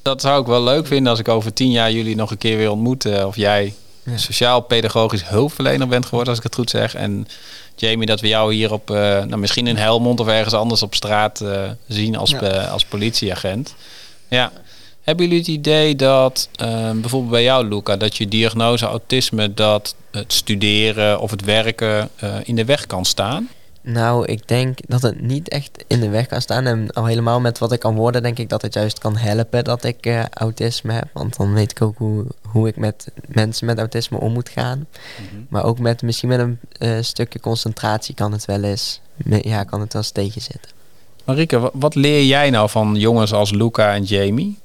[SPEAKER 1] Dat zou ik wel leuk vinden als ik over tien jaar jullie nog een keer weer ontmoet. eh, of jij
[SPEAKER 2] Ja.
[SPEAKER 1] sociaal-pedagogisch hulpverlener bent geworden, als ik het goed zeg. En Jamie, dat we jou hier op, eh, nou, misschien in Helmond of ergens anders op straat eh, zien als,
[SPEAKER 3] Ja.
[SPEAKER 1] eh, als politieagent. Ja. Hebben jullie het idee dat, eh, bijvoorbeeld bij jou Luca, dat je diagnose autisme, dat het studeren of het werken eh, in de weg kan staan?
[SPEAKER 2] Nou, ik denk dat het niet echt in de weg kan staan. En al helemaal met wat ik kan worden, denk ik dat het juist kan helpen dat ik eh, autisme heb. Want dan weet ik ook hoe, hoe ik met mensen met autisme om moet gaan. Maar ook met misschien met een eh, stukje concentratie kan het wel eens. me- Ja, kan het wel eens tegenzitten.
[SPEAKER 1] Marike, wa- wat leer jij nou van jongens als Luca en Jamie?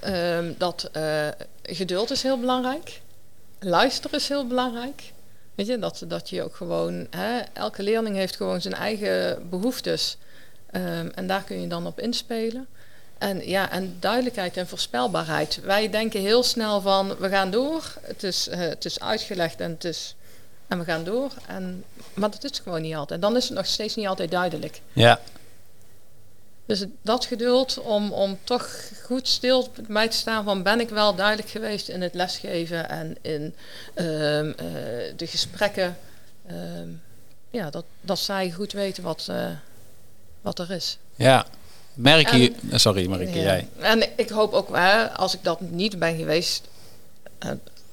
[SPEAKER 4] Ehm, dat eh, geduld is heel belangrijk. Luisteren is heel belangrijk. Weet je, dat, dat je ook gewoon... Hè, elke leerling heeft gewoon zijn eigen behoeftes. Ehm, en daar kun je dan op inspelen. En, ja, en duidelijkheid en voorspelbaarheid. Wij denken heel snel van, we gaan door. Het is, eh, het is uitgelegd en, het is, en we gaan door. En, maar dat is gewoon niet altijd. Dan is het nog steeds niet altijd duidelijk.
[SPEAKER 1] Ja,
[SPEAKER 4] Dus dat geduld om, om toch goed stil bij te staan van ben ik wel duidelijk geweest in het lesgeven en in ehm, eh, de gesprekken. Ehm, ja, dat, dat zij goed weten wat, eh, wat er is.
[SPEAKER 1] ja. Merk je... eh, Sorry
[SPEAKER 4] Ja.
[SPEAKER 1] Marike, jij.
[SPEAKER 4] En ik hoop ook, hè, als ik dat niet ben geweest, eh,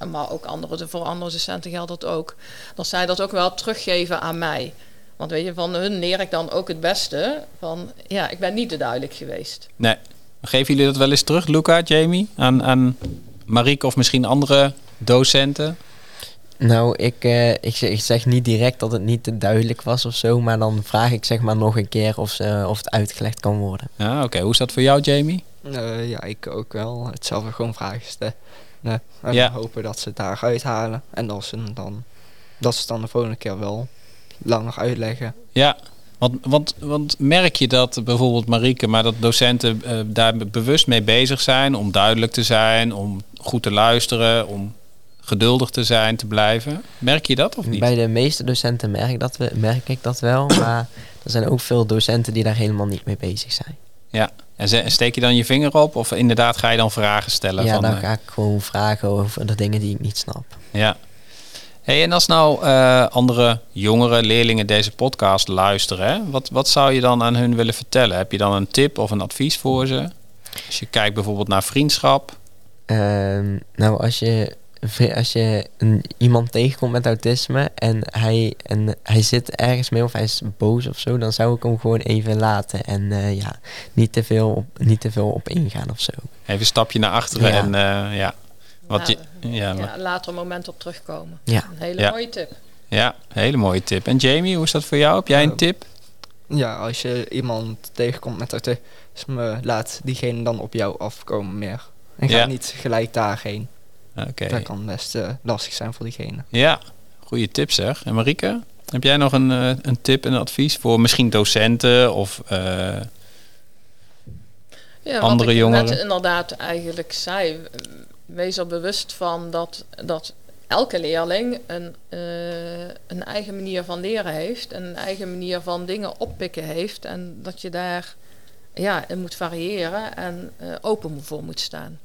[SPEAKER 4] maar ook andere, voor andere docenten geldt dat ook, dat zij dat ook wel teruggeven aan mij. Want weet je, van hun leer ik dan ook het beste van, ja, ik ben niet te duidelijk geweest.
[SPEAKER 1] Nee. Geven jullie dat wel eens terug, Luca, Jamie? Aan, aan Marieke of misschien andere docenten?
[SPEAKER 2] Nou, ik, eh, ik, zeg, ik zeg niet direct dat het niet te duidelijk was of zo. Maar dan vraag ik zeg maar nog een keer of, ze, of het uitgelegd kan worden.
[SPEAKER 1] Ja, oké. Hoe is dat voor jou, Jamie?
[SPEAKER 3] Eh, ja, ik ook wel. Hetzelfde gewoon vragen stellen. Nee. En
[SPEAKER 1] Ja.
[SPEAKER 3] hopen dat ze het daaruit halen. En dat ze, hem dan, dat ze het dan de volgende keer wel langer uitleggen.
[SPEAKER 1] Ja, want, want, want merk je dat bijvoorbeeld Marieke, maar dat docenten eh, daar be- bewust mee bezig zijn om duidelijk te zijn, om goed te luisteren, om geduldig te zijn, te blijven? Merk je dat of niet?
[SPEAKER 2] Bij de meeste docenten merk, ik dat we, merk ik dat
[SPEAKER 1] *coughs*
[SPEAKER 2] wel. maar er zijn ook veel docenten die daar helemaal niet mee bezig zijn.
[SPEAKER 1] En ze- en steek je dan je vinger op of inderdaad ga je dan vragen stellen?
[SPEAKER 2] Ja,
[SPEAKER 1] van,
[SPEAKER 2] dan
[SPEAKER 1] eh,
[SPEAKER 2] ga ik gewoon vragen over de dingen die ik niet snap.
[SPEAKER 1] Ja. Hey, en als nou eh, andere jongere leerlingen deze podcast luisteren, hè, wat, wat zou je dan aan hun willen vertellen? Heb je dan een tip of een advies voor ze? Als je kijkt bijvoorbeeld naar vriendschap.
[SPEAKER 2] Ehm, nou, als je, vri- als je een, iemand tegenkomt met autisme en hij, en hij zit ergens mee of hij is boos of zo, dan zou ik hem gewoon even laten. En eh, ja, niet te, veel op, niet te veel op ingaan of zo.
[SPEAKER 1] Even een stapje naar achteren
[SPEAKER 2] Ja.
[SPEAKER 1] en eh, ja. Wat
[SPEAKER 4] Ja,
[SPEAKER 1] je, ja,
[SPEAKER 4] ja,
[SPEAKER 1] maar-
[SPEAKER 4] later een moment op terugkomen.
[SPEAKER 2] Ja.
[SPEAKER 4] Een hele
[SPEAKER 1] Ja.
[SPEAKER 4] mooie tip.
[SPEAKER 1] ja, hele mooie tip. En Jamie, hoe is dat voor jou? Heb jij een
[SPEAKER 3] Eh,
[SPEAKER 1] tip?
[SPEAKER 3] Ja, als je iemand tegenkomt met autisme, laat diegene dan op jou afkomen meer. En ga
[SPEAKER 1] Ja.
[SPEAKER 3] niet gelijk daarheen.
[SPEAKER 1] Oké.
[SPEAKER 3] Dat kan best eh, lastig zijn voor diegene.
[SPEAKER 1] Ja, goede tip zeg. En Marieke, heb jij nog een, eh, een tip en een advies voor misschien docenten of... eh,
[SPEAKER 4] Ja,
[SPEAKER 1] Andere
[SPEAKER 4] wat ik
[SPEAKER 1] jongeren.
[SPEAKER 4] net inderdaad eigenlijk zei. Wees er bewust van dat, dat elke leerling een, eh, een eigen manier van leren heeft. En een eigen manier van dingen oppikken heeft. En dat je daar ja, in moet variëren en eh, open voor moet staan.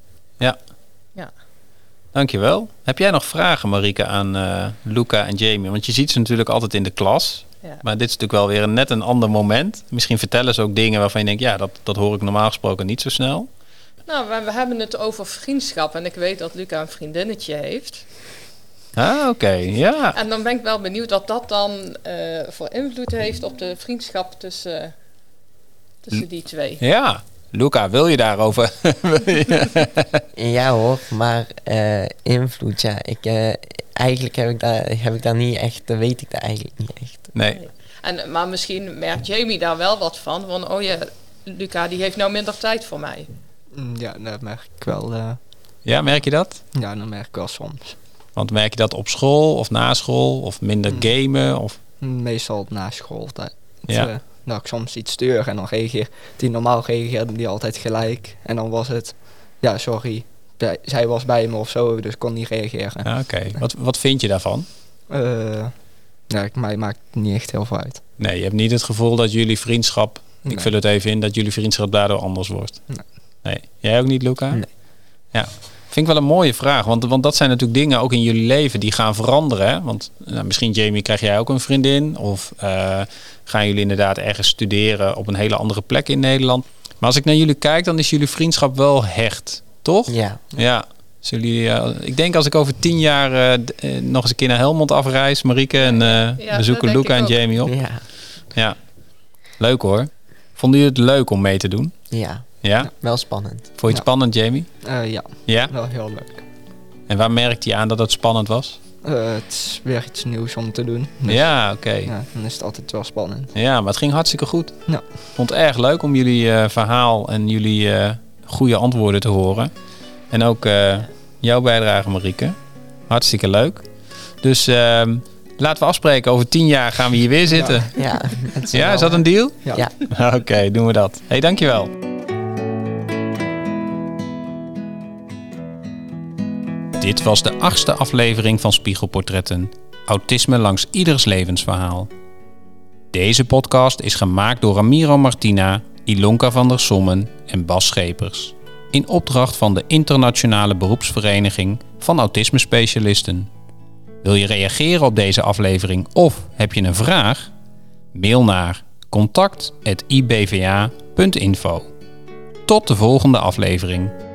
[SPEAKER 1] Dankjewel. Heb jij nog vragen, Marike, aan eh, Luca en Jamie? Want je ziet ze natuurlijk altijd in de klas.
[SPEAKER 4] Ja.
[SPEAKER 1] Maar dit is natuurlijk wel weer een, net een ander moment. Misschien vertellen ze ook dingen waarvan je denkt... ja, dat, dat hoor ik normaal gesproken niet zo snel.
[SPEAKER 4] Nou, we, we hebben het over vriendschap. En ik weet dat Luca een vriendinnetje heeft.
[SPEAKER 1] Ah, oké. Ja.
[SPEAKER 4] En dan ben ik wel benieuwd wat dat dan eh, voor invloed heeft op de vriendschap tussen, tussen die twee.
[SPEAKER 1] Ja. Luca, wil je daarover?
[SPEAKER 2] Ja hoor, maar eh, invloed, ja. Ik, eh, eigenlijk heb ik, daar, heb ik daar niet echt, eh, weet ik daar eigenlijk niet echt.
[SPEAKER 1] nee.
[SPEAKER 4] En, maar misschien merkt Jamie daar wel wat van. Van, oh ja, Luca die heeft nou minder tijd voor mij.
[SPEAKER 3] Mm, Ja, dat merk ik wel. eh,
[SPEAKER 1] Ja, merk je dat?
[SPEAKER 3] ja, dat merk ik wel soms.
[SPEAKER 1] Want merk je dat op school of na school? Of minder
[SPEAKER 3] Hmm.
[SPEAKER 1] gamen? Of,
[SPEAKER 3] Meestal na school. Dat,
[SPEAKER 1] Ja.
[SPEAKER 3] eh, dat ik soms iets stuur en dan reageer die normaal reageerde die altijd gelijk. En dan was het, ja, sorry, bij- zij was bij me of zo, dus kon niet reageren.
[SPEAKER 1] Ah, oké. Wat, wat vind je daarvan?
[SPEAKER 3] Eh, ja, ik, mij maakt het niet echt heel veel uit.
[SPEAKER 1] Nee, je hebt niet het gevoel dat jullie vriendschap Ik
[SPEAKER 3] Nee.
[SPEAKER 1] vul het even in dat jullie vriendschap daardoor anders wordt. Nee.
[SPEAKER 3] Nee.
[SPEAKER 1] Jij ook niet, Luca?
[SPEAKER 2] Nee.
[SPEAKER 1] Ja. Vind ik wel een mooie vraag. Want, want dat zijn natuurlijk dingen ook in jullie leven die gaan veranderen. Hè? Want nou, misschien, Jamie, krijg jij ook een vriendin. Of eh, gaan jullie inderdaad ergens studeren op een hele andere plek in Nederland. Maar als ik naar jullie kijk, dan is jullie vriendschap wel hecht. Toch?
[SPEAKER 2] Ja,
[SPEAKER 1] Ja. Zullen jullie, eh, ik denk als ik over tien jaar eh, d- eh, nog eens een keer naar Helmond afreis, Marieke, en eh,
[SPEAKER 4] Ja,
[SPEAKER 1] we
[SPEAKER 4] dat
[SPEAKER 1] zoeken
[SPEAKER 4] denk
[SPEAKER 1] Luca
[SPEAKER 4] ik
[SPEAKER 1] en
[SPEAKER 4] ook.
[SPEAKER 1] Jamie op.
[SPEAKER 2] ja,
[SPEAKER 1] Ja. Leuk hoor. Vonden jullie het leuk om mee te doen?
[SPEAKER 2] ja.
[SPEAKER 1] Ja?
[SPEAKER 2] Wel spannend.
[SPEAKER 1] Vond je het
[SPEAKER 3] Ja.
[SPEAKER 1] spannend, Jamie?
[SPEAKER 3] Eh, ja,
[SPEAKER 1] Ja?
[SPEAKER 3] wel heel leuk.
[SPEAKER 1] En waar merkte je aan dat het spannend was?
[SPEAKER 3] Eh, het is weer iets nieuws om te doen. Dus,
[SPEAKER 1] Ja, oké. Ja.
[SPEAKER 3] ja, dan is het altijd wel spannend.
[SPEAKER 1] maar het ging hartstikke goed.
[SPEAKER 3] Ja.
[SPEAKER 1] Ik vond het erg leuk om jullie eh, verhaal en jullie eh, goede antwoorden te horen. En ook eh, jouw bijdrage, Marieke. Hartstikke leuk. Dus ehm, laten we afspreken, over tien jaar gaan we hier weer zitten.
[SPEAKER 2] Ja, *laughs* het
[SPEAKER 1] Ja, is dat een deal?
[SPEAKER 3] Ja.
[SPEAKER 1] *laughs*
[SPEAKER 2] Ja.
[SPEAKER 1] Oké, doen we dat. Hé, hey, dankjewel. Dit was de achtste aflevering van Spiegelportretten. Autisme langs ieders levensverhaal. Deze podcast is gemaakt door Ramiro Martina, Ilonka van der Sommen en Bas Schepers. In opdracht van de Internationale Beroepsvereniging van Autisme Specialisten. Wil je reageren op deze aflevering of heb je een vraag? Mail naar contact.ibva.info. Tot de volgende aflevering.